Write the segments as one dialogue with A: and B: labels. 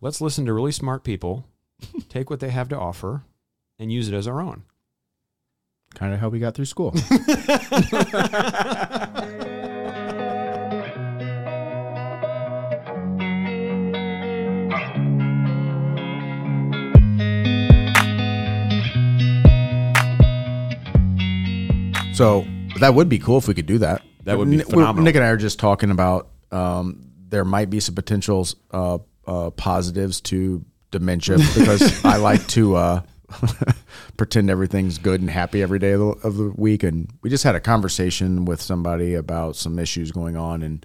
A: Let's listen to really smart people, take what they have to offer, and use it as our own.
B: Kind of how we got through school. so that would be cool if we could do that.
A: That would be
B: N- we're-
A: phenomenal.
B: Nick and I are just talking about um, there might be some potentials uh, uh, positives to dementia because I like to uh, pretend everything's good and happy every day of the, of the week. And we just had a conversation with somebody about some issues going on and.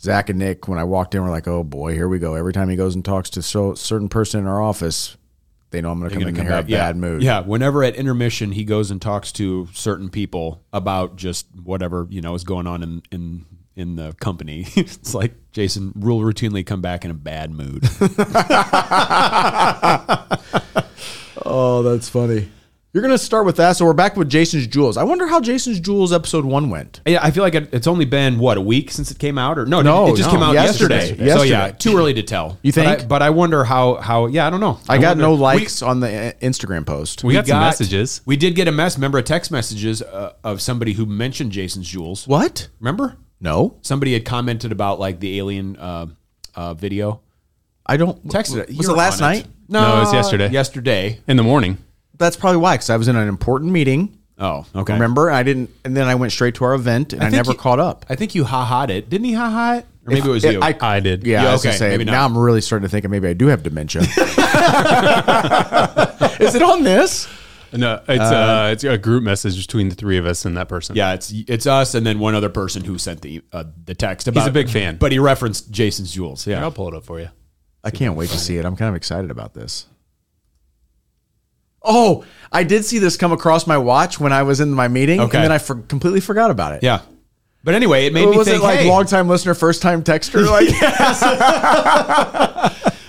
B: Zach and Nick, when I walked in, were like, "Oh boy, here we go." Every time he goes and talks to so certain person in our office, they know I'm going to come in
A: gonna
B: here in a
A: yeah.
B: bad mood.
A: Yeah, whenever at intermission he goes and talks to certain people about just whatever you know is going on in in in the company. it's like Jason will routinely come back in a bad mood.
B: Oh, that's funny. You're going to start with that. So we're back with Jason's Jewels. I wonder how Jason's Jewels episode one went.
A: Yeah, I feel like it- it's only been what a week since it came out, or no,
B: No,
A: it just
B: no,
A: came out yesterday.
B: yesterday.
A: So yeah,
B: Yesterday.
A: too early to tell.
B: You
A: But I- But I,
B: think?
A: wonder how how yeah, I don't know.
B: I, got
A: wonder-
B: no
A: We-
B: likes on the uh, Instagram post.
A: We
B: We,
C: got some messages.
A: We did get a mess. Remember, a text messages uh, of somebody who mentioned Jason's Jewels.
B: what?
A: Remember,
B: No,
A: somebody had commented about like the alien uh, uh, video.
B: I don't.
A: Texted it. You
B: Was it
A: were
B: last
A: on
B: night?
A: it.
C: No, it was yesterday.
A: Yesterday.
C: in the morning.
B: That's probably why, because I was in an important meeting.
A: Oh, okay.
B: Remember, I didn't, and then I went straight to our event, and I,
A: think
B: never
A: you-
B: caught up.
A: I think you ha ha'd it. Didn't he ha ha it? Or maybe it was
B: If-
A: you.
B: I,
C: I did.
B: yeah,
A: Yeah,
B: I was gonna
A: okay,
B: say,
A: maybe not.
B: now I'm really starting to think that maybe I do have dementia. Is it on this?
C: No, it's uh, it's a group message between the three of us and that person.
A: yeah, it's it's us and then one other person who sent the uh, the text about.
C: a big fan.
A: but he referenced Jason's Jewels.
C: Here,
A: Yeah,
C: I'll pull it up for you.
B: I can't wait to see it. I'm kind of excited about this. Oh, I did see this come across my watch when I was in my meeting,
A: Okay.
B: and then I for- completely forgot about it.
A: yeah. But anyway, it made
B: What
A: me
B: was
A: think.
B: it like
A: hey,
B: long time listener, first time texter? Like,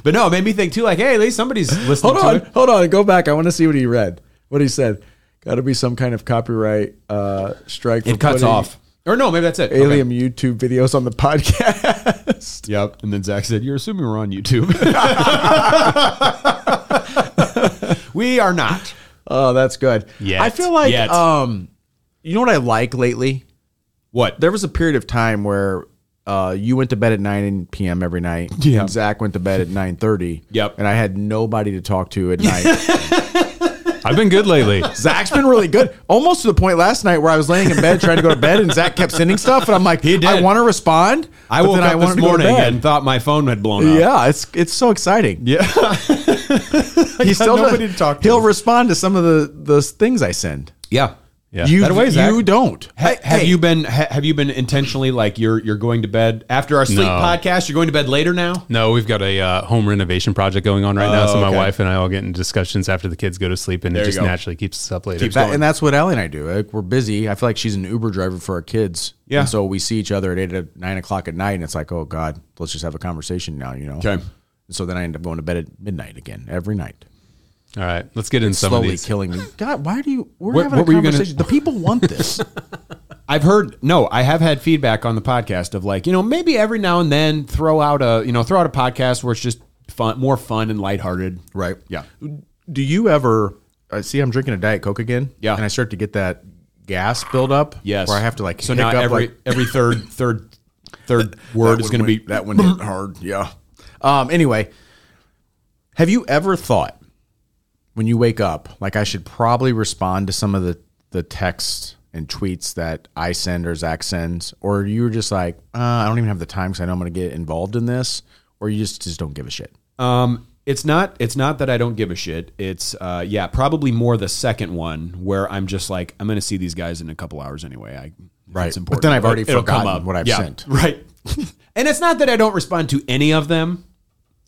A: but no, it made me think too. Like, hey, at least somebody's listening
B: hold
A: to
B: on,
A: it.
B: hold on, go back. I want to see what he read, what he said. Got to be some kind of copyright uh, strike. for
A: It cuts
B: putting
A: off. Or no, maybe that's it. Okay.
B: alien YouTube videos on the podcast.
A: Yep. And then Zach said, You're assuming we're on YouTube. we are not.
B: oh, that's good.
C: Yet.
B: I feel like,
A: Yet.
B: um, you know what I like lately?
A: What?
B: there was a period of time where uh, you went to bed at 9 p.m. every night.
A: Yeah.
B: And Zach went to bed at 9.30.
A: Yep.
B: And I had nobody to talk to at night.
C: I've been good lately.
B: Zach's been really good. Almost to the point last night where I was laying in bed trying to go to bed and Zach kept sending stuff. And I'm like,
A: He did.
B: I want to respond.
A: I
B: but
A: woke
B: then
A: up
B: wanted
A: this
B: to go to
A: morning
B: bed.
A: and thought my phone had blown up.
B: yeah, it's it's so exciting.
A: Yeah.
B: He still
A: nobody to talk to.
B: He'll respond to some of the, the things I send.
A: Yeah.
C: Yeah.
B: You,
A: That way, Zach.
B: you don't.
A: Ha-
B: Hey,
A: have
B: hey,
A: you been ha- have you been intentionally like you're you're going to bed after our sleep
C: No.
A: podcast you're going to bed later now?
C: no, we've got a uh, home renovation project going on right now, so my
A: okay.
C: wife and I all get in discussions after the kids go to sleep, and
A: There
C: it
A: you
C: just
A: go.
C: naturally keeps us up later.
A: Keeps
B: That,
A: going.
B: and that's what Allie and I do. Like, we're busy. I feel like she's an Uber driver for our kids.
A: Yeah.
B: And so we see each other at eight at nine o'clock at night, and it's like, oh God, let's just have a conversation now, you know?
A: Okay.
B: And so then I end up going to bed at midnight again every night,
C: all right, let's get in some of
B: slowly
C: these.
B: killing me. God, why do you? We're
A: What-
B: having
A: what were
B: a
A: you gonna-
B: conversation. the people want this.
A: I've heard no, I have had feedback on the podcast of like, you know, maybe every now and then throw out a, you know, throw out a podcast where it's just fun, more fun and lighthearted.
B: right.
A: Yeah.
B: Do you ever uh, see? I'm drinking a diet coke again.
A: Yeah.
B: And I start to get that gas buildup.
A: Yes.
B: Where I have to like
A: so now
B: hiccup,
A: every
B: like-
A: every third third third
B: That
A: word is
B: one
A: going to be
B: went- that one hit hard. Yeah. Um, anyway, have you ever thought when you wake up, like I should probably respond to some of the the texts and tweets that I send or Zach sends, or you were just like, uh, I don't even have the time because I know I'm going to get involved in this, or you just just don't give a shit.
A: Um, it's not. It's not that I don't give a shit. It's uh, yeah, probably more the second one where I'm just like, I'm gonna see these guys in a couple hours anyway. I if
B: Right.
A: It's
B: But
A: important.
B: then I've already
A: it'll come
B: forgotten
A: up.
B: what I've
A: Yeah,
B: sent.
A: Right. and it's not that I don't respond to any of them.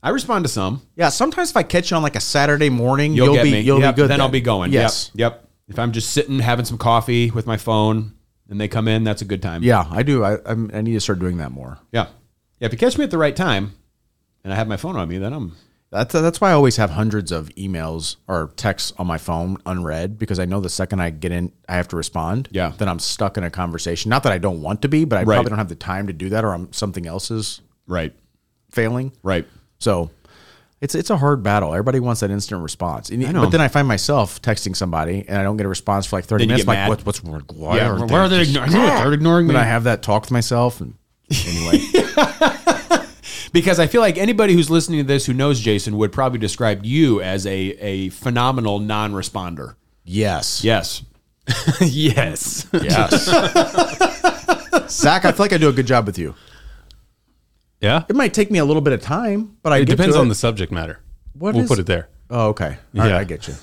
A: I respond to some.
B: Yeah. Sometimes if I catch you on like a Saturday morning,
A: You'll,
B: you'll,
A: get
B: be
A: me.
B: you'll
A: Yep,
B: be good.
A: Then, I'll be going.
B: Yes.
A: Yep. Yep. If I'm just sitting having some coffee with my phone and they come in, that's a good time.
B: Yeah, I do. I I'm, I need to start doing that more.
A: Yeah. Yeah. If you catch me at the right time, and I have my phone on me, then I'm
B: That's uh, that's why I always have hundreds of emails or texts on my phone unread because I know the second I get in, I have to respond.
A: Yeah.
B: then I'm stuck in a conversation. Not that I don't want to be, but I
A: Right.
B: probably don't have the time to do that, or I'm something else is
A: right.
B: failing.
A: Right.
B: So It's it's a hard battle. Everybody wants that instant response. And-
A: know.
B: But then I find myself texting somebody and I don't get a response for like thirty
A: Then you
B: minutes.
A: get
B: Like
A: mad.
B: what, what's wrong? Why
A: Yeah,
B: are
A: why
B: they,
A: are they ignoring- they're ignoring
B: Then
A: me?
B: I have that talk with myself. And anyway,
A: because I feel like anybody who's listening to this who knows Jason would probably describe you as a a phenomenal non-responder.
B: yes,
A: Yes.
C: yes.
B: yes. Zach, I feel like I do a good job with you.
C: Yeah.
B: It might take me a little bit of time, but I
C: It
B: get
C: depends
B: to
C: on the subject matter.
B: What
C: we'll
B: is-
C: put it there.
B: Oh, okay. All right,
C: Yeah.
B: I get you.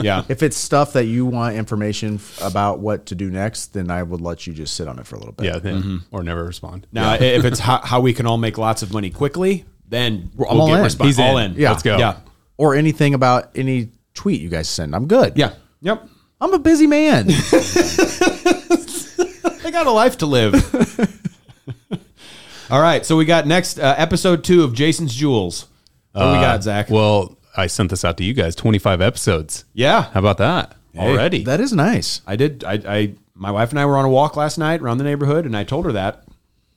A: Yeah.
B: If it's stuff that you want information f- about what to do next, then I would let you just sit on it for a little bit.
C: Yeah. then- Or never respond.
A: now, if it's how, how we can all make lots of money quickly, then we'll
B: all
A: get
B: in.
A: response.
C: He's in.
A: all in.
B: Yeah.
A: Let's go. Yeah.
B: Or anything about any tweet you guys send. I'm good.
A: Yeah. Yep.
B: I'm a busy man.
A: I got a life to live. all right. So we got next uh, episode two of Jason's Jewels. What do we got, Zach?
C: Well, I sent this out to you guys 25 episodes.
A: yeah.
C: How about that? Already.
B: that is nice.
A: I did. I, I my wife and I were on a walk last night around the neighborhood, and I told her that.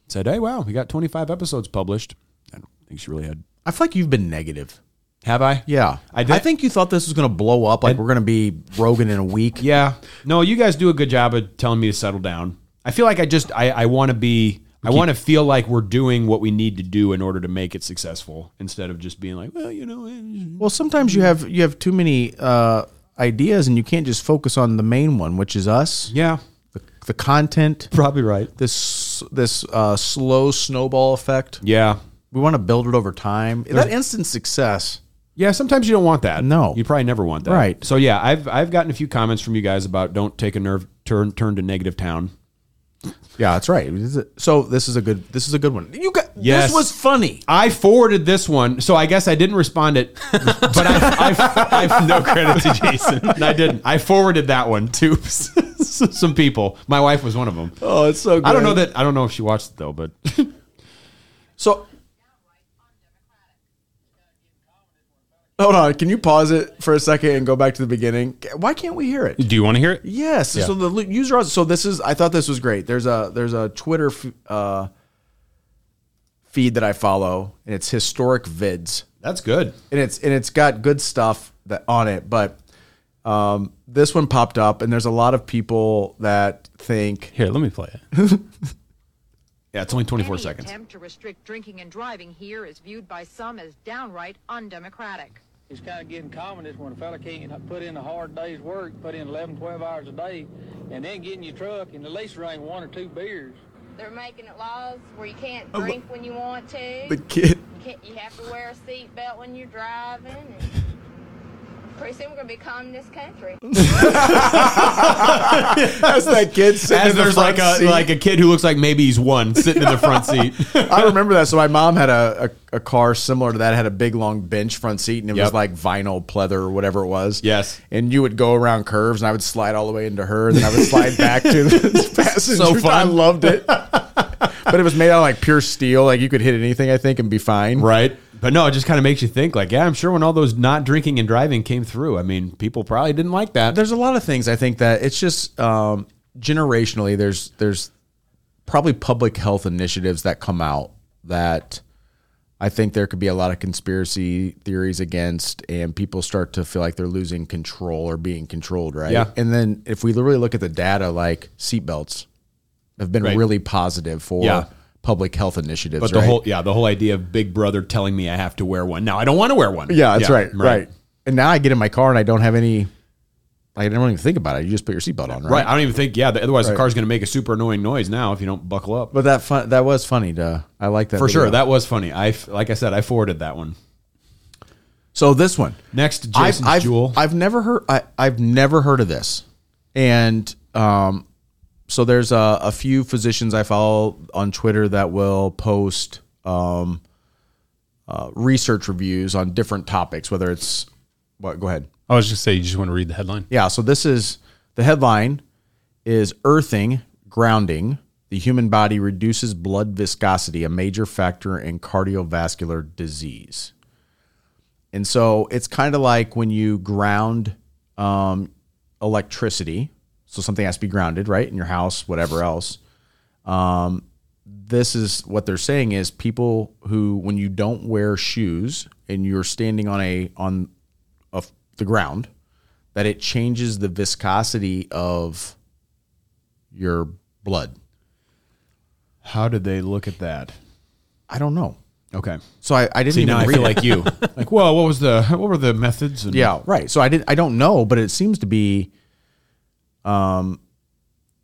A: Said, "Hey, wow, we got 25 episodes published." I don't think she really had.
B: I feel like you've been negative.
A: Have I?
B: Yeah.
A: I did.
B: I think you thought this was going to blow up. Like we're going to be Rogan in a week.
A: Yeah. No, you guys do a good job of telling me to settle down. I feel like I just I, I want to be. I want to feel like we're doing what we need to do in order to make it successful, instead of just being like, well, you know, eh,
B: Well, sometimes you have you have too many uh, ideas and you can't just focus on the main one, which is us,
A: yeah,
B: the, the content,
A: probably right.
B: this this uh, slow snowball effect.
A: Yeah,
B: We want to build it over time. that instant success.
A: Yeah, sometimes you don't want that.
B: No.
A: you probably never want that.
B: Right.
A: So yeah, I've I've gotten a few comments from you guys about don't take a nerve turn turn to negative town.
B: Yeah, that's right. This is- So this is a good this is a good one. You got
A: Yes.
B: this was funny.
A: I forwarded this one, so I guess I didn't respond it, but I, I, I no credit to Jason. I didn't. I forwarded that one to some people. My wife was one of them.
B: Oh, it's so good.
A: I don't know that. I don't know if she watched it though, but
B: So Hold on, can you pause it for a second and go back to the beginning? Why can't we hear it?
C: Do you want to hear it?
B: Yes. So the li- user so this is I thought this was great. There's a there's a Twitter f- uh, feed that I follow and it's historic vids.
A: that's good.
B: and it's and it's got good stuff that on it but um, this one popped up and there's a lot of people that think
C: Here, let me play it.
A: Yeah, it's only twenty four
D: Any
A: seconds.
D: attempt to restrict drinking and driving here is viewed by some as downright undemocratic.
E: It's kind of getting common is when a fella can't put in a hard day's work, put in 11, 12 hours a day, and then get in your truck and at least drink one or two beers.
F: They're making it laws where you can't drink when you want to.
B: the kid
F: you, can't, you have to wear a seatbelt when you're driving. And pretty soon we're going to be communist country.
B: as that kid sitting
A: As
B: in the
A: there's like
B: front
A: a
B: seat.
A: like a kid who looks like maybe he's one sitting in the front seat.
B: I remember that so my mom had a, a, a car similar to that had a big long bench front seat and it
A: Yep.
B: was like vinyl pleather or whatever it was
A: Yes.
B: and you would go around curves and I would slide all the way into her and then I would slide back to the passenger
A: So fun.
B: I loved it but it was made out of like pure steel like you could hit anything I think and be fine
A: Right. But no, it just kind of makes you think like, yeah, I'm sure when all those not drinking and driving came through, I mean, people probably didn't like that.
B: Uh, there's a lot of things I think that it's just um, generationally. There's there's probably public health initiatives that come out that I think there could be a lot of conspiracy theories against, and people start to feel like they're losing control or being controlled, right?
A: Yeah.
B: And then if we really look at the data, like seatbelts have been
A: Right.
B: really positive for
A: Yeah.
B: public health initiatives,
A: But the
B: right?
A: whole, yeah, the whole idea of Big Brother telling me I have to wear one. Now I don't want to wear one.
B: Yeah, that's right, right, And now I get in my car and I don't have any. I don't even think about it. You just put your seatbelt on, right?
A: Right. I don't even think, yeah, otherwise the car's going to make a super annoying noise now if you don't buckle up.
B: But that fun, that was funny. Duh. I like that
A: For sure.
B: video.
A: That was funny. I, f- like I said, I forwarded that one.
B: so this one,
A: Next,
B: I've,
A: Jason's
B: I've,
A: Jewel.
B: I've never heard. I, I've never heard of this, and um, so there's a, a few physicians I follow on Twitter that will post um, uh, research reviews on different topics. Whether it's what, go ahead.
C: I was just saying, you just want to read the headline.
B: Yeah. So this is the headline is earthing grounding. The human body reduces blood viscosity, a major factor in cardiovascular disease. And so it's kind of like when you ground um, electricity. So something has to be grounded, right? In your house, whatever else. Um, this is what they're saying is people who, when you don't wear shoes, and you're standing on a on of the ground that it changes the viscosity of your blood.
A: How did they look at that?
B: I don't know.
A: Okay.
B: So I, I didn't
A: See,
B: even
A: now I
B: read
A: feel
B: it.
A: like you. Like, well, what was the what were the methods? And
B: Yeah, right. So I did. I don't know, but it seems to be. Um,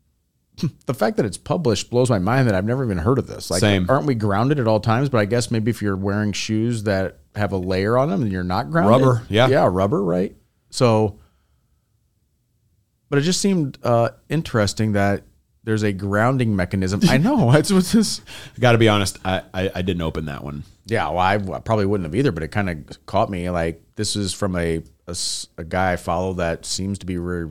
B: the fact that it's published blows my mind that I've never even heard of this. Like,
A: Same.
B: aren't we grounded at all times? But I guess maybe if you're wearing shoes that have a layer on them, and you're not grounded.
A: Rubber, yeah.
B: yeah, rubber, right? So, but it just seemed uh, interesting that there's a grounding mechanism. I know it's what's this.
A: Got to be honest, I, I I didn't open that one.
B: Yeah, well, I, I probably wouldn't have either, but it kind of caught me. Like this is from a, a s- a guy I follow that seems to be very,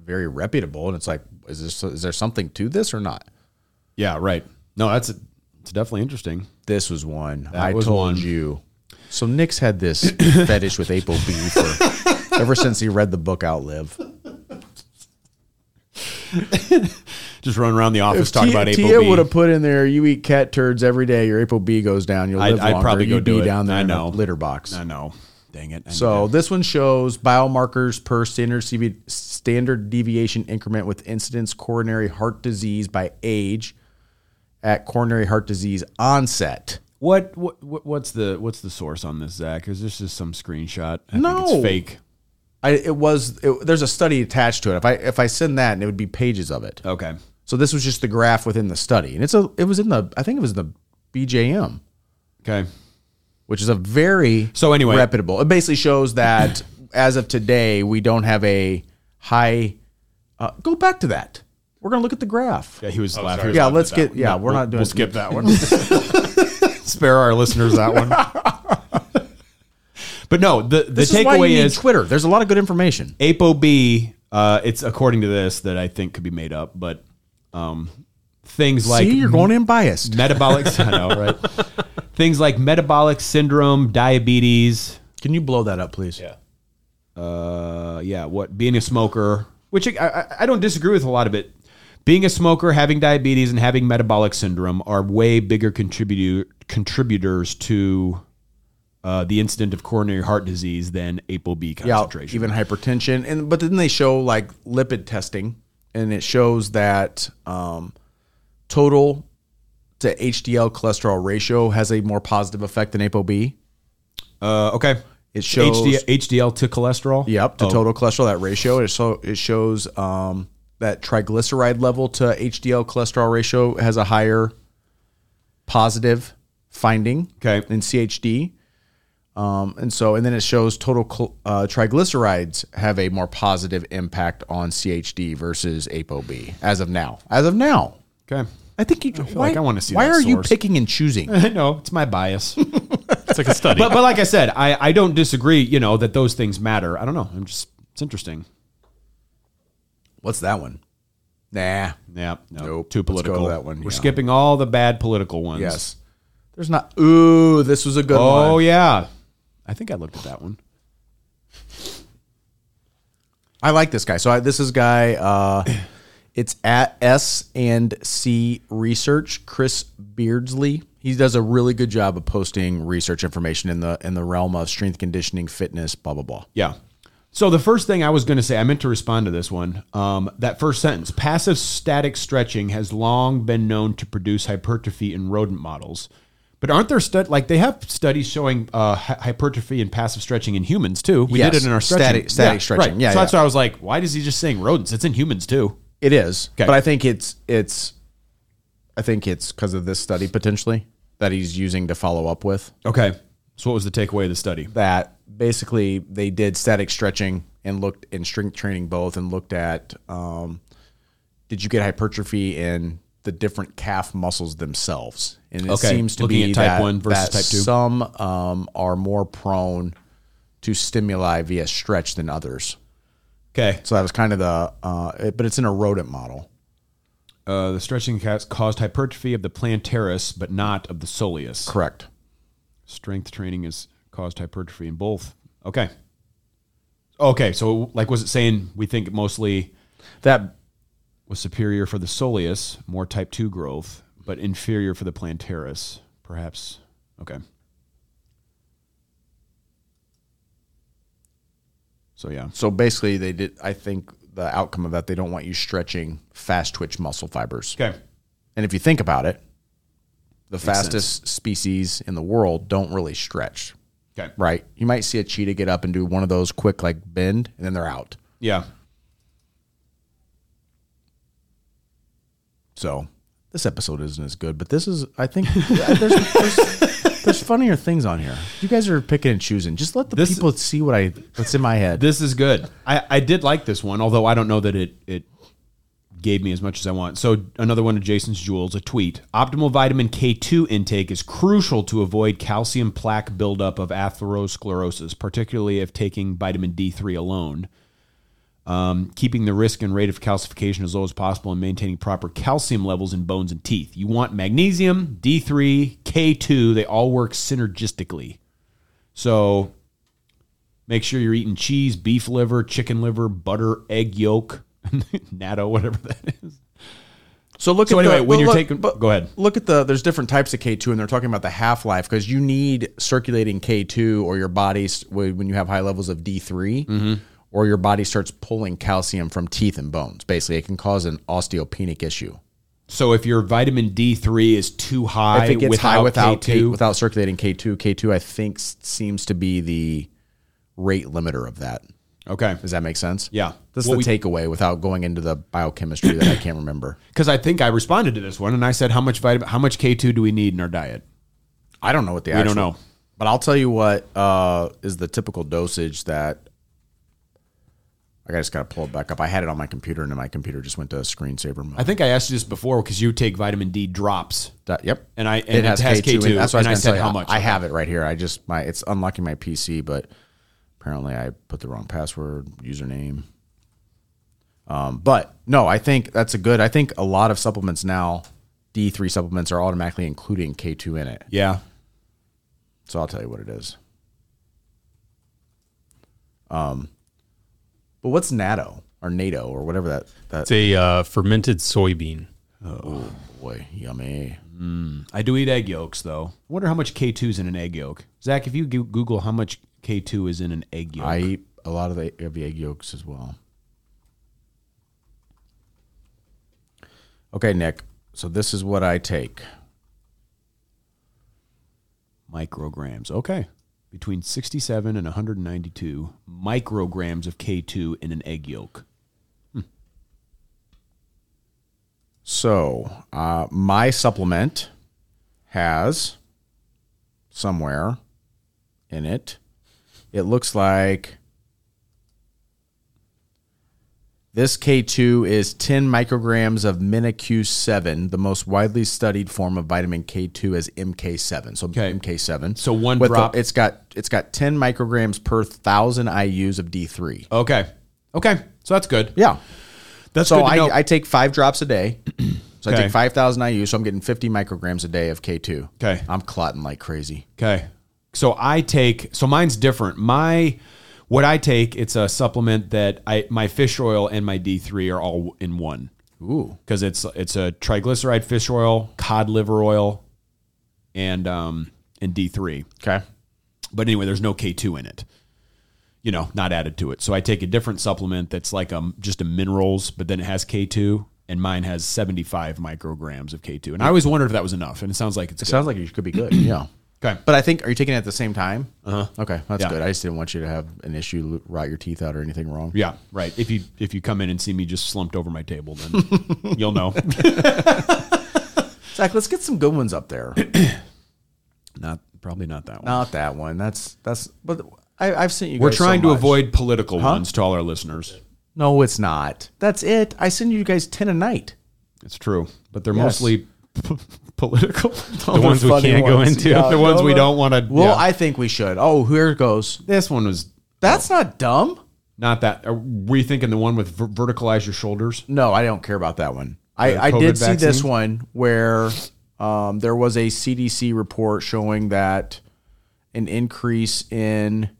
B: very reputable, and it's like, is this is there something to this or not?
A: Yeah, right. No, that's it's definitely interesting.
B: This was one I
A: was
B: told
A: one.
B: you. So Nick's had this fetish with April B for ever since he read the book Outlive.
A: Just run around the office
B: If
A: talking
B: Tia,
A: about
B: Tia would have
A: ApoB.
B: put in there, you eat cat turds every day, your April B goes down, you'll
A: I'd-
B: live
A: I'd
B: longer.
A: probably go
B: You'd
A: do
B: be
A: it.
B: down there
A: I
B: in a
A: know.
B: litter box.
A: I know. Dang it. I
B: So this one shows biomarkers per standard CV, standard deviation increment with incidence coronary heart disease by age at coronary heart disease onset.
A: What, what what what's the what's the source on this, Zach? Is this just some screenshot? I think
B: No.
A: it's fake.
B: I, it was it, there's a study attached to it. If I if I send that, and it would be pages of it.
A: Okay.
B: So this was just the graph within the study, and it's a it was in the I think it was the BJM,
A: Okay.
B: which is a very
A: So anyway-
B: reputable. It basically shows that as of today, we don't have a high. Uh, go back to that. We're gonna look at the graph.
A: Yeah, he was laughing.
C: sorry.
A: He was
B: Yeah,
A: laughing
B: let's
A: at
B: get-
A: Oh, that one.
B: yeah, we're
A: we'll-
B: not doing
A: We'll
B: it.
A: skip that one. Spare our listeners that one. but no, the the
B: This is why you
A: takeaway
B: need
A: is,
B: Twitter. There's a lot of good information.
A: ApoB. Uh, it's according to this that I think could be made up, but um, things like
B: See, you're going in biased.
A: metabolic. I know, right? Things like metabolic syndrome, diabetes.
B: Can you blow that up, please?
C: Yeah.
A: Uh, yeah, what being a smoker, which I, I, I don't disagree with a lot of it. Being a smoker, having diabetes, and having metabolic syndrome are way bigger contributor contributors to uh, the incident of coronary heart disease than ApoB
B: Yeah,
A: concentration.
B: even hypertension. And but then they show like lipid testing, and it shows that um, total to HDL cholesterol ratio has a more positive effect than ApoB.
A: uh, okay,
B: It shows
A: HDL, HDL to cholesterol.
B: Yep, to
A: Oh,
B: total cholesterol that ratio. It so it shows um, that triglyceride level to HDL cholesterol ratio has a higher positive finding.
A: Okay.
B: in CHD, um, and so and then it shows total chol- uh, triglycerides have a more positive impact on CHD versus ApoB as of now. As of now,
A: Okay,
B: I think you.
A: feel
B: why
A: like I wanna see
B: Why
A: that
B: are you
A: source.
B: picking and choosing?
A: I know it's my bias.
C: It's like a study.
A: but but like I said, I, I don't disagree. You know that those things matter. I don't know. I'm just it's interesting.
B: What's that one? Nah.
A: Yeah, no,
B: Nope.
A: too
B: Let's go to
A: political.
B: that one,
A: We're
B: yeah.
A: skipping all the bad political ones.
B: Yes. There's not. Ooh, this was a good one.
A: Oh yeah, I think I looked at that one.
B: I like this guy. So I, this is guy. Uh, it's at S and C Research. Chris Beardsley. He does a really good job of posting research information in the in the realm of strength conditioning, fitness, blah blah blah.
A: Yeah. So the first thing I was going to say, I meant to respond to this one. Um, that first sentence, passive static stretching has long been known to produce hypertrophy in rodent models. But aren't there stud like they have studies showing uh, hy- hypertrophy and passive stretching in humans too? We
B: Yes.
A: did it in our stretching.
B: Static- static stretching. Yeah,
A: so that's
B: yeah.
A: why I was like, why is he just saying rodents? It's in humans too.
B: It is,
A: Okay.
B: but I think it's it's, I think it's because of this study potentially that he's using to follow up with
A: Okay. So what was the takeaway of the study?
B: that. Basically, they did static stretching and looked in strength training both and looked at um, did you get hypertrophy in the different calf muscles themselves? And it
A: Okay,
B: seems to
A: looking
B: be
A: at type
B: that,
A: one versus
B: that
A: type two.
B: Some um, are more prone to stimuli via stretch than others.
A: Okay.
B: So that was kind of the, uh, it- but it's in a rodent model.
A: Uh, the stretching ca- caused hypertrophy of the plantaris, but not of the soleus.
B: Correct.
A: strength training has caused hypertrophy in both. Okay. Okay, so like was it saying we think it mostly
B: That
A: was superior for the soleus, more type 2 growth, but inferior for the plantaris, perhaps. Okay. So yeah.
B: So basically, they did. I think the outcome of that, they don't want you stretching fast twitch muscle fibers.
A: Okay.
B: And if you think about it, the
A: sense.
B: fastest species in the world don't really stretch,
A: Okay.
B: right? You might see a cheetah get up and do one of those quick like bend, and then they're out.
A: Yeah.
B: So this episode isn't as good, but this is I think there's, there's, there's funnier things on here. You guys are picking and choosing. Just let the
A: This-
B: people see what I what's in my head.
A: This is good. I, I did like this one, although I don't know that it it gave me as much as I want. So another one of Jason's jewels, a tweet. Optimal vitamin K2 intake is crucial to avoid calcium plaque buildup of atherosclerosis, particularly if taking vitamin D3 alone. Um, keeping the risk and rate of calcification as low as possible and maintaining proper calcium levels in bones and teeth. You want magnesium, D3, K2, they all work synergistically. So Make sure you're eating cheese, beef liver, chicken liver, butter, egg yolk, natto, whatever that is.
B: So look.
A: So
B: at
A: anyway,
B: the,
A: when
B: but
A: you're
B: look-
A: taking- go ahead.
B: Look at the. There's different types of K two, and they're talking about the half life because you need circulating K two, or your body's when you have high levels of D 3
A: Mm-hmm.
B: or your body starts pulling calcium from teeth and bones. Basically, it can cause an osteopenic issue
A: So if your vitamin D3 is too high,
B: if it gets
A: without
B: high without K,
A: K2,
B: without circulating K two. K two, I think, s- seems to be the rate limiter of that.
A: okay,
B: Does that make sense?
A: Yeah.
B: That's
A: What
B: the
A: we-
B: takeaway without going into the biochemistry that I can't remember.
A: because I think I responded to this one and I said how much vitamin, how much K2 do we need in our diet?
B: I don't know what the
A: We
B: actual,
A: don't know.
B: but I'll tell you what uh, is the typical dosage that I just got to pull it back up. I had it on my computer, and then my computer just went to screensaver mode.
A: I think I asked you this before because you take vitamin D drops.
B: That- yep,
A: And I- and it has K2,
B: in it. That's what
A: and
B: I,
A: I
B: was
A: said
B: gonna tell you.
A: how much.
B: I have it right here. I just my it's unlocking my PC, but apparently I put the wrong password username. Um, but no, I think that's a good. I think a lot of supplements now, D three supplements are automatically including K two in it.
A: Yeah,
B: So I'll tell you what it is. Um, Um, but what's natto or NATO or whatever that that oh,
C: It's a uh, fermented soybean.
B: boy yummy.
A: I do eat egg yolks though. I wonder how much K2 is in an egg yolk. Zach, if you go- Google how much K2 is in an egg yolk,
B: I eat a lot of the of the egg yolks as well. Okay, Nick. So this is what I take.
A: micrograms. Okay. Between 67 and 192 micrograms of K2 in an egg yolk.
B: So uh, my supplement has somewhere in it. It looks like this K2 is 10 micrograms of MiniQ7, the most widely studied form of vitamin K2 as MK7. So
A: Okay.
B: MK7.
A: So one
B: With a-
A: drop-
B: it's got it's got 10 micrograms per 1000 IUs of D3.
A: Okay. Okay. So that's good.
B: Yeah.
A: That's
B: So
A: good to know.
B: I, I take five drops a day. so I
A: Okay.
B: take 5,000 IU. So I'm getting 50 micrograms a day of K2.
A: Okay.
B: I'm clotting like crazy.
A: Okay. So I take so mine's different. My what I take, it's a supplement that I my fish oil and my D3 are all in one.
B: Ooh.
A: Cuz it's it's a triglyceride fish oil, cod liver oil and um and D3.
B: Okay.
A: But anyway, there's no K2 in it. You know, not added to it. So I take a different supplement that's like um just a minerals, but then it has K2 and mine has 75 micrograms of K2. And I always wondered if that was enough, and it sounds like it's good.
B: Sounds like you could be good. yeah.
A: Okay.
B: But I think, are you taking it at the same time? Uh huh. Okay. That's
A: Yeah.
B: good. I just didn't want you to have an issue, lo- rot your teeth out or anything wrong.
A: Yeah, right. If you if you come in and see me just slumped over my table, then you'll know.
B: Zach, let's get some good ones up there.
A: Not probably not that one.
B: Not that one. That's, that's, but I, I've seen you
A: We're
B: guys so
A: trying to
B: much.
A: avoid political ones to all our listeners.
B: No, it's not. That's it. I send you guys 10 a night.
A: It's true, but they're
B: Yes.
A: mostly p- political.
C: The ones we
B: funny
C: can't go
B: ones.
C: into.
B: Yeah.
A: the ones we
B: no.
A: don't want to.
B: Well, I think we should. Oh, here it goes.
A: this one was
B: That's not dumb.
A: not that. Are we thinking the one with ver- verticalize your shoulders?
B: No, I don't care about that one. I,
A: The
B: I
A: COVID
B: did see this
A: vaccines?
B: one where um, there was a CDC report showing that an increase in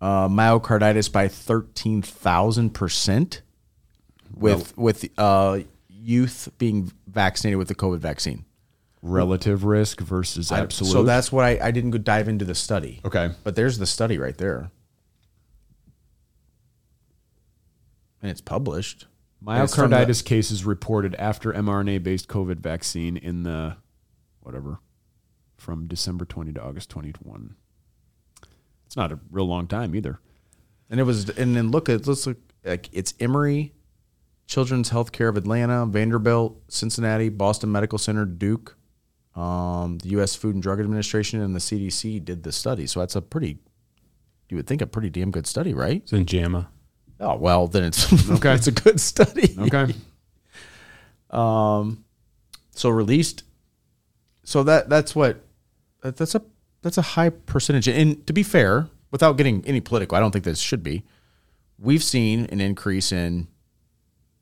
B: uh, myocarditis by thirteen thousand percent with with uh, youth being vaccinated with the COVID vaccine.
A: Relative risk versus absolute.
B: So that's what I, I didn't go dive into the study.
A: Okay.
B: but there's the study right there. and it's published. And it's from the-
A: Myocarditis cases reported after mRNA based COVID vaccine in the whatever from December 20 to August 21. It's not a real long time either.
B: And it was, and then look at let's look like it's Emory, Children's Healthcare of Atlanta, Vanderbilt, Cincinnati, Boston Medical Center, Duke, um, the U.S. Food and Drug Administration, and the CDC did the study. So that's a pretty, you would think a pretty damn good study, right?
C: It's in JAMA.
B: Oh well, then it's okay. it's a good study. Um,
A: Okay.
B: So released. So that that's what that- that's a that's a high percentage. And to be fair, without getting any political, I don't think this should be. We've seen an increase in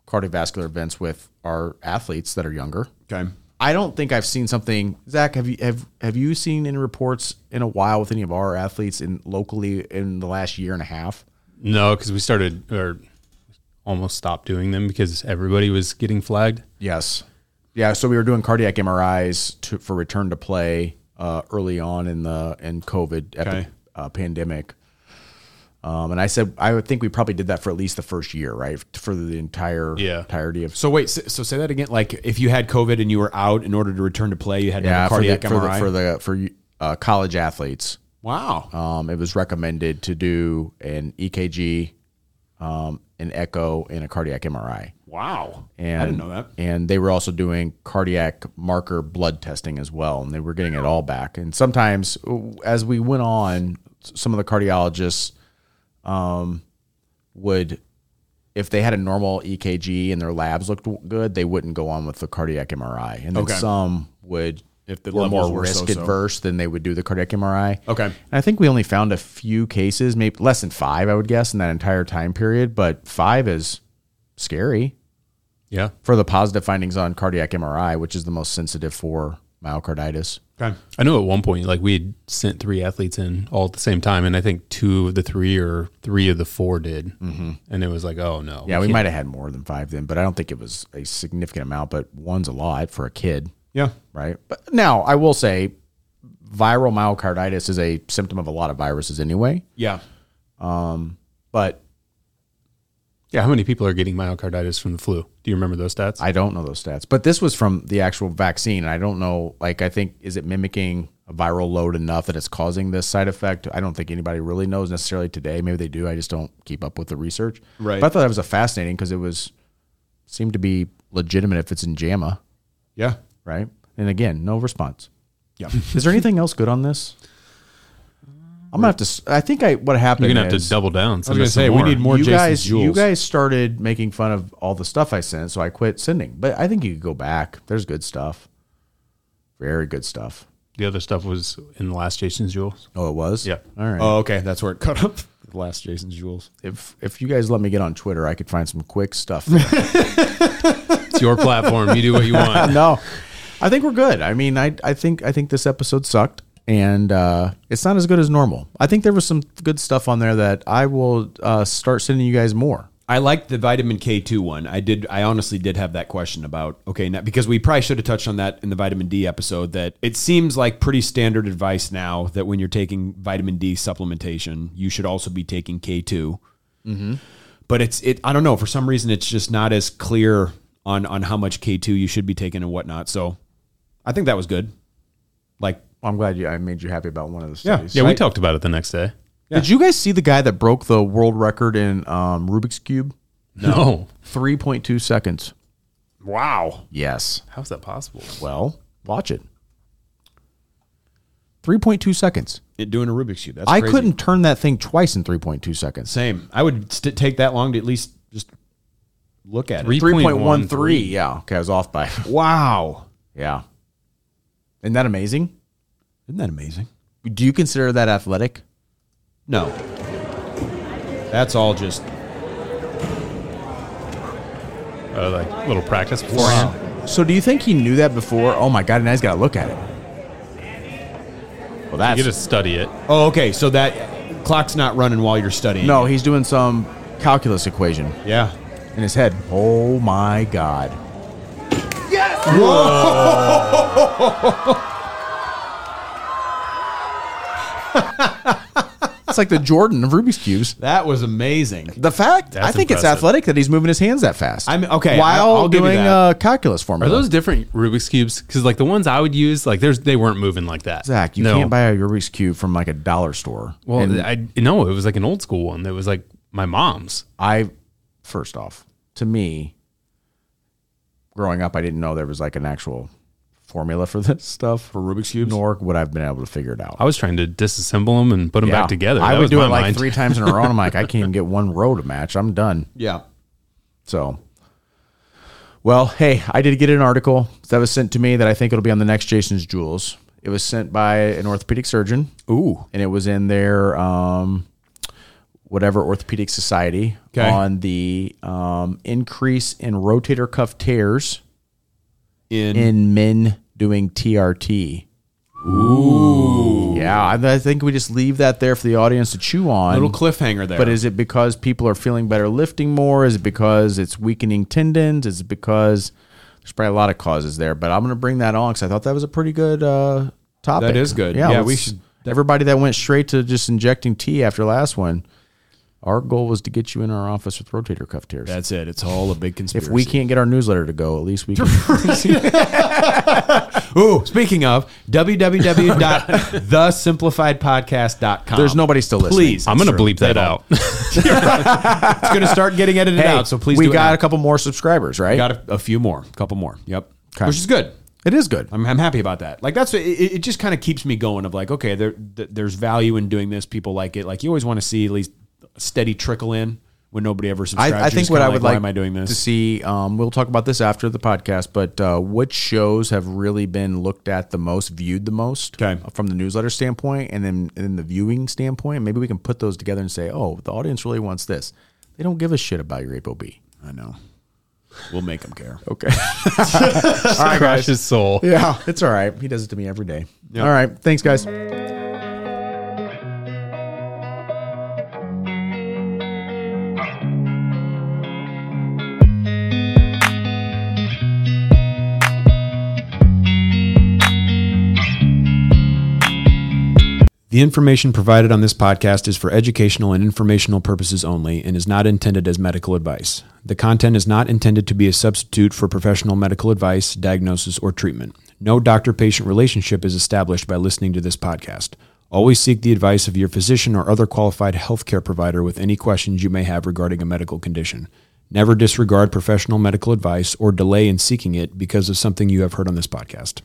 B: cardiovascular events with our athletes that are younger.
A: okay.
B: I don't think I've seen something. Zach, have you have have you seen any reports in a while with any of our athletes in locally in the last year and a half?
C: No, because we started or almost stopped doing them because everybody was getting flagged.
B: Yes. Yeah. So we were doing cardiac MRIs to, for return to play uh, early on in the in COVID epi-
A: Okay.
B: uh, pandemic. Um, and I said I would think we probably did that for at least the first year, right? For the entire
C: Yeah.
B: entirety of
A: So wait, so, so say that again. Like if you had COVID and you were out in order to return to play, you had to have a
B: for the,
A: cardiac
B: for the
A: MRI.
B: for the for uh, college athletes.
A: wow.
B: Um, it was recommended to do an EKG, um, an echo, and a cardiac MRI.
A: wow.
B: And
A: I didn't know that.
B: And they were also doing cardiac marker blood testing as well, and they were getting it all back. And sometimes, uh, as we went on, s- some of the cardiologists um, would, if they had a normal EKG and their labs looked w- good, they wouldn't go on with the cardiac MRI. And then
A: Okay.
B: some would,
A: If the
B: were more
A: levels were
B: risk
A: so-so.
B: adverse, then they would do the cardiac MRI.
A: Okay.
B: And I think we only found a few cases, maybe less than five, I would guess, in that entire time period. But five is scary
C: Yeah.
B: for the positive findings on cardiac MRI, which is the most sensitive for myocarditis.
A: Okay.
C: I know at one point, like we had sent three athletes in all at the same time, and I think two of the three or three of the four did, mm-hmm. and it was like, oh no,
B: Yeah, we
C: can't-
B: might have had more than five then, but I don't think it was a significant amount. But one's a lot for a kid,
A: Yeah.
B: right? But now I will say, viral myocarditis is a symptom of a lot of viruses anyway.
A: Yeah.
B: But
C: Yeah, how many people are getting myocarditis from the flu? Do you remember those stats?
B: I don't know those stats. But this was from the actual vaccine. and I don't know. Like, I think is it mimicking a viral load enough that it's causing this side effect? I don't think anybody really knows necessarily today. Maybe they do. I just don't keep up with the research.
A: Right.
B: But I thought that was a fascinating because it was seemed to be legitimate if it's in JAMA,
A: Yeah.
B: right? And again, no response.
A: Yeah.
B: Is there anything else good on this? I'm gonna have to. s- I think I what happened.
C: You're gonna have
B: is-
C: to double down.
A: I was gonna say we need more
B: you
A: Jason
B: guys,
A: Jules.
B: you guys started making fun of all the stuff I sent, so I quit sending. But I think you could go back. There's good stuff, very good stuff.
C: The other stuff was in the last Jason's Jewels.
B: Oh, it was.
C: Yeah.
B: All right.
A: Oh, okay. That's where it cut up. The last Jason's jewels.
B: if if you guys let me get on Twitter, I could find some quick stuff.
C: It's your platform. You do what you want.
B: no, I think we're good. I mean, I I think I think this episode sucked, and uh, it's not as good as normal. I think there was some good stuff on there that I will uh, start sending you guys more.
A: I liked the vitamin K2 one. I did. I honestly did have that question about okay, now, because we probably should have touched on that in the vitamin D episode. That it seems like pretty standard advice now that when you're taking vitamin D supplementation, you should also be taking K2. But it's it. I don't know. For some reason, it's just not as clear on on how much K2 you should be taking and whatnot. So, I think that was good. Like,
B: I'm glad you. I made you happy about one of the
A: Yeah.
B: studies.
C: Yeah, we talked about it the next day.
B: Did you guys see the guy that broke the world record in um, Rubik's cube?
C: No,
B: 3.2 seconds.
A: wow.
B: Yes.
C: how's that possible?
B: Well, watch it. 3.2 seconds.
A: It doing a Rubik's cube. That's
B: I
A: crazy.
B: couldn't turn that thing twice in 3.2 seconds.
A: Same. I would st- take that long to at least just look at it.
B: 3.13. Yeah. Okay. I was off by.
A: Wow.
B: yeah. Isn't that amazing?
A: Isn't that amazing?
B: Do you consider that athletic?
A: No. That's all just
C: Uh, like little practice beforehand.
B: So do you think he knew that before? Oh my God. Now he's got to look at it. Well,
C: You
B: that's.
C: get to study it.
A: Oh, okay. So that clock's not running while you're studying.
B: no, he's doing some calculus equation
A: Yeah.
B: in his head. Oh my God. It's like the Jordan of Rubik's cubes.
A: That was amazing.
B: The fact
C: That's
B: I think it's
C: impressive.
B: athletic that he's moving his hands that fast.
A: I'm- okay,
B: While
A: I'll- I'll give you
B: doing
A: that.
B: uh, calculus
C: Are
B: formula.
C: those different Rubik's cubes? Because like the ones I would use, like there's they weren't moving like that.
B: Zach? You
C: No.
B: can't buy a Rubik's cube from like a dollar store.
C: Well,
B: And
C: I no, it was like an old school one that was like my mom's.
B: I first off, to me, growing up, I didn't know there was like an actual formula for this stuff for
A: Rubik's cubes?
B: Nor would I've been able to figure it out.
C: I was trying to disassemble them and put them
B: Yeah.
C: back together.
B: I
C: That
B: would
C: was
B: do
C: my
B: it like
C: mind.
B: three times in a row. And I'm like, I can't even get one row to match. I'm done.
A: Yeah.
B: So, well, hey, I did get an article that was sent to me that I think it'll be on the next Jason's Jewels. It was sent by an orthopedic surgeon. Ooh. And it was in their um, whatever orthopedic society
A: Okay.
B: on the um, increase in rotator cuff tears
A: In,
B: in men doing TRT. Ooh. Yeah, I, I think we just leave that there for the audience to chew on.
A: little cliffhanger there.
B: But is it because people are feeling better lifting more? Is it because it's weakening tendons? Is it because there's probably a lot of causes there? But I'm going to bring that on because I thought that was a pretty good uh, topic.
A: That is good. Yeah, we
B: let's-
A: should-
B: Everybody that went straight to just injecting tea after last one, our goal was to get you in our office with rotator cuff tears.
A: that's it. It's all a big conspiracy.
B: if we can't get our newsletter to go, at least we can.
A: Ooh, speaking of www.thesimplifiedpodcast.com.
B: There's nobody still listening.
A: Please,
C: I'm gonna
A: It's true.
C: bleep that
A: They
C: out.
A: don't. it's going to start getting edited
B: Hey,
A: out. So please,
B: we
A: do it
B: got
A: now.
B: a couple more subscribers, right?
A: got a, a few more, a couple more. Yep,
B: Okay.
A: which is good.
B: it is good.
A: I'm, I'm happy about that. Like that's it. It it just kind of keeps me going. Of like, okay, there th- there's value in doing this. People like it. Like you always want to see at least a steady trickle in when nobody ever subscribes.
B: I, I
A: You're
B: think
A: just
B: what
A: kinda
B: I would
A: why
B: like
A: am I doing this?
B: to see. Um, we'll talk about this after the podcast, but uh, what shows have really been looked at the most, viewed the most,
A: Okay.
B: from the newsletter standpoint, and then and then the viewing standpoint. Maybe we can put those together and say, oh, the audience really wants this. They don't give a shit about your ApoB.
A: I know. We'll make them care.
B: Okay. all right,
C: Crash
B: guys.
C: his soul.
B: Yeah, it's all right. He does it to me every day. All right. Thanks, guys.
A: The information provided on this podcast is for educational and informational purposes only and is not intended as medical advice. The content is not intended to be a substitute for professional medical advice, diagnosis, or treatment. No doctor patient relationship is established by listening to this podcast. Always seek the advice of your physician or other qualified healthcare provider with any questions you may have regarding a medical condition. Never disregard professional medical advice or delay in seeking it because of something you have heard on this podcast.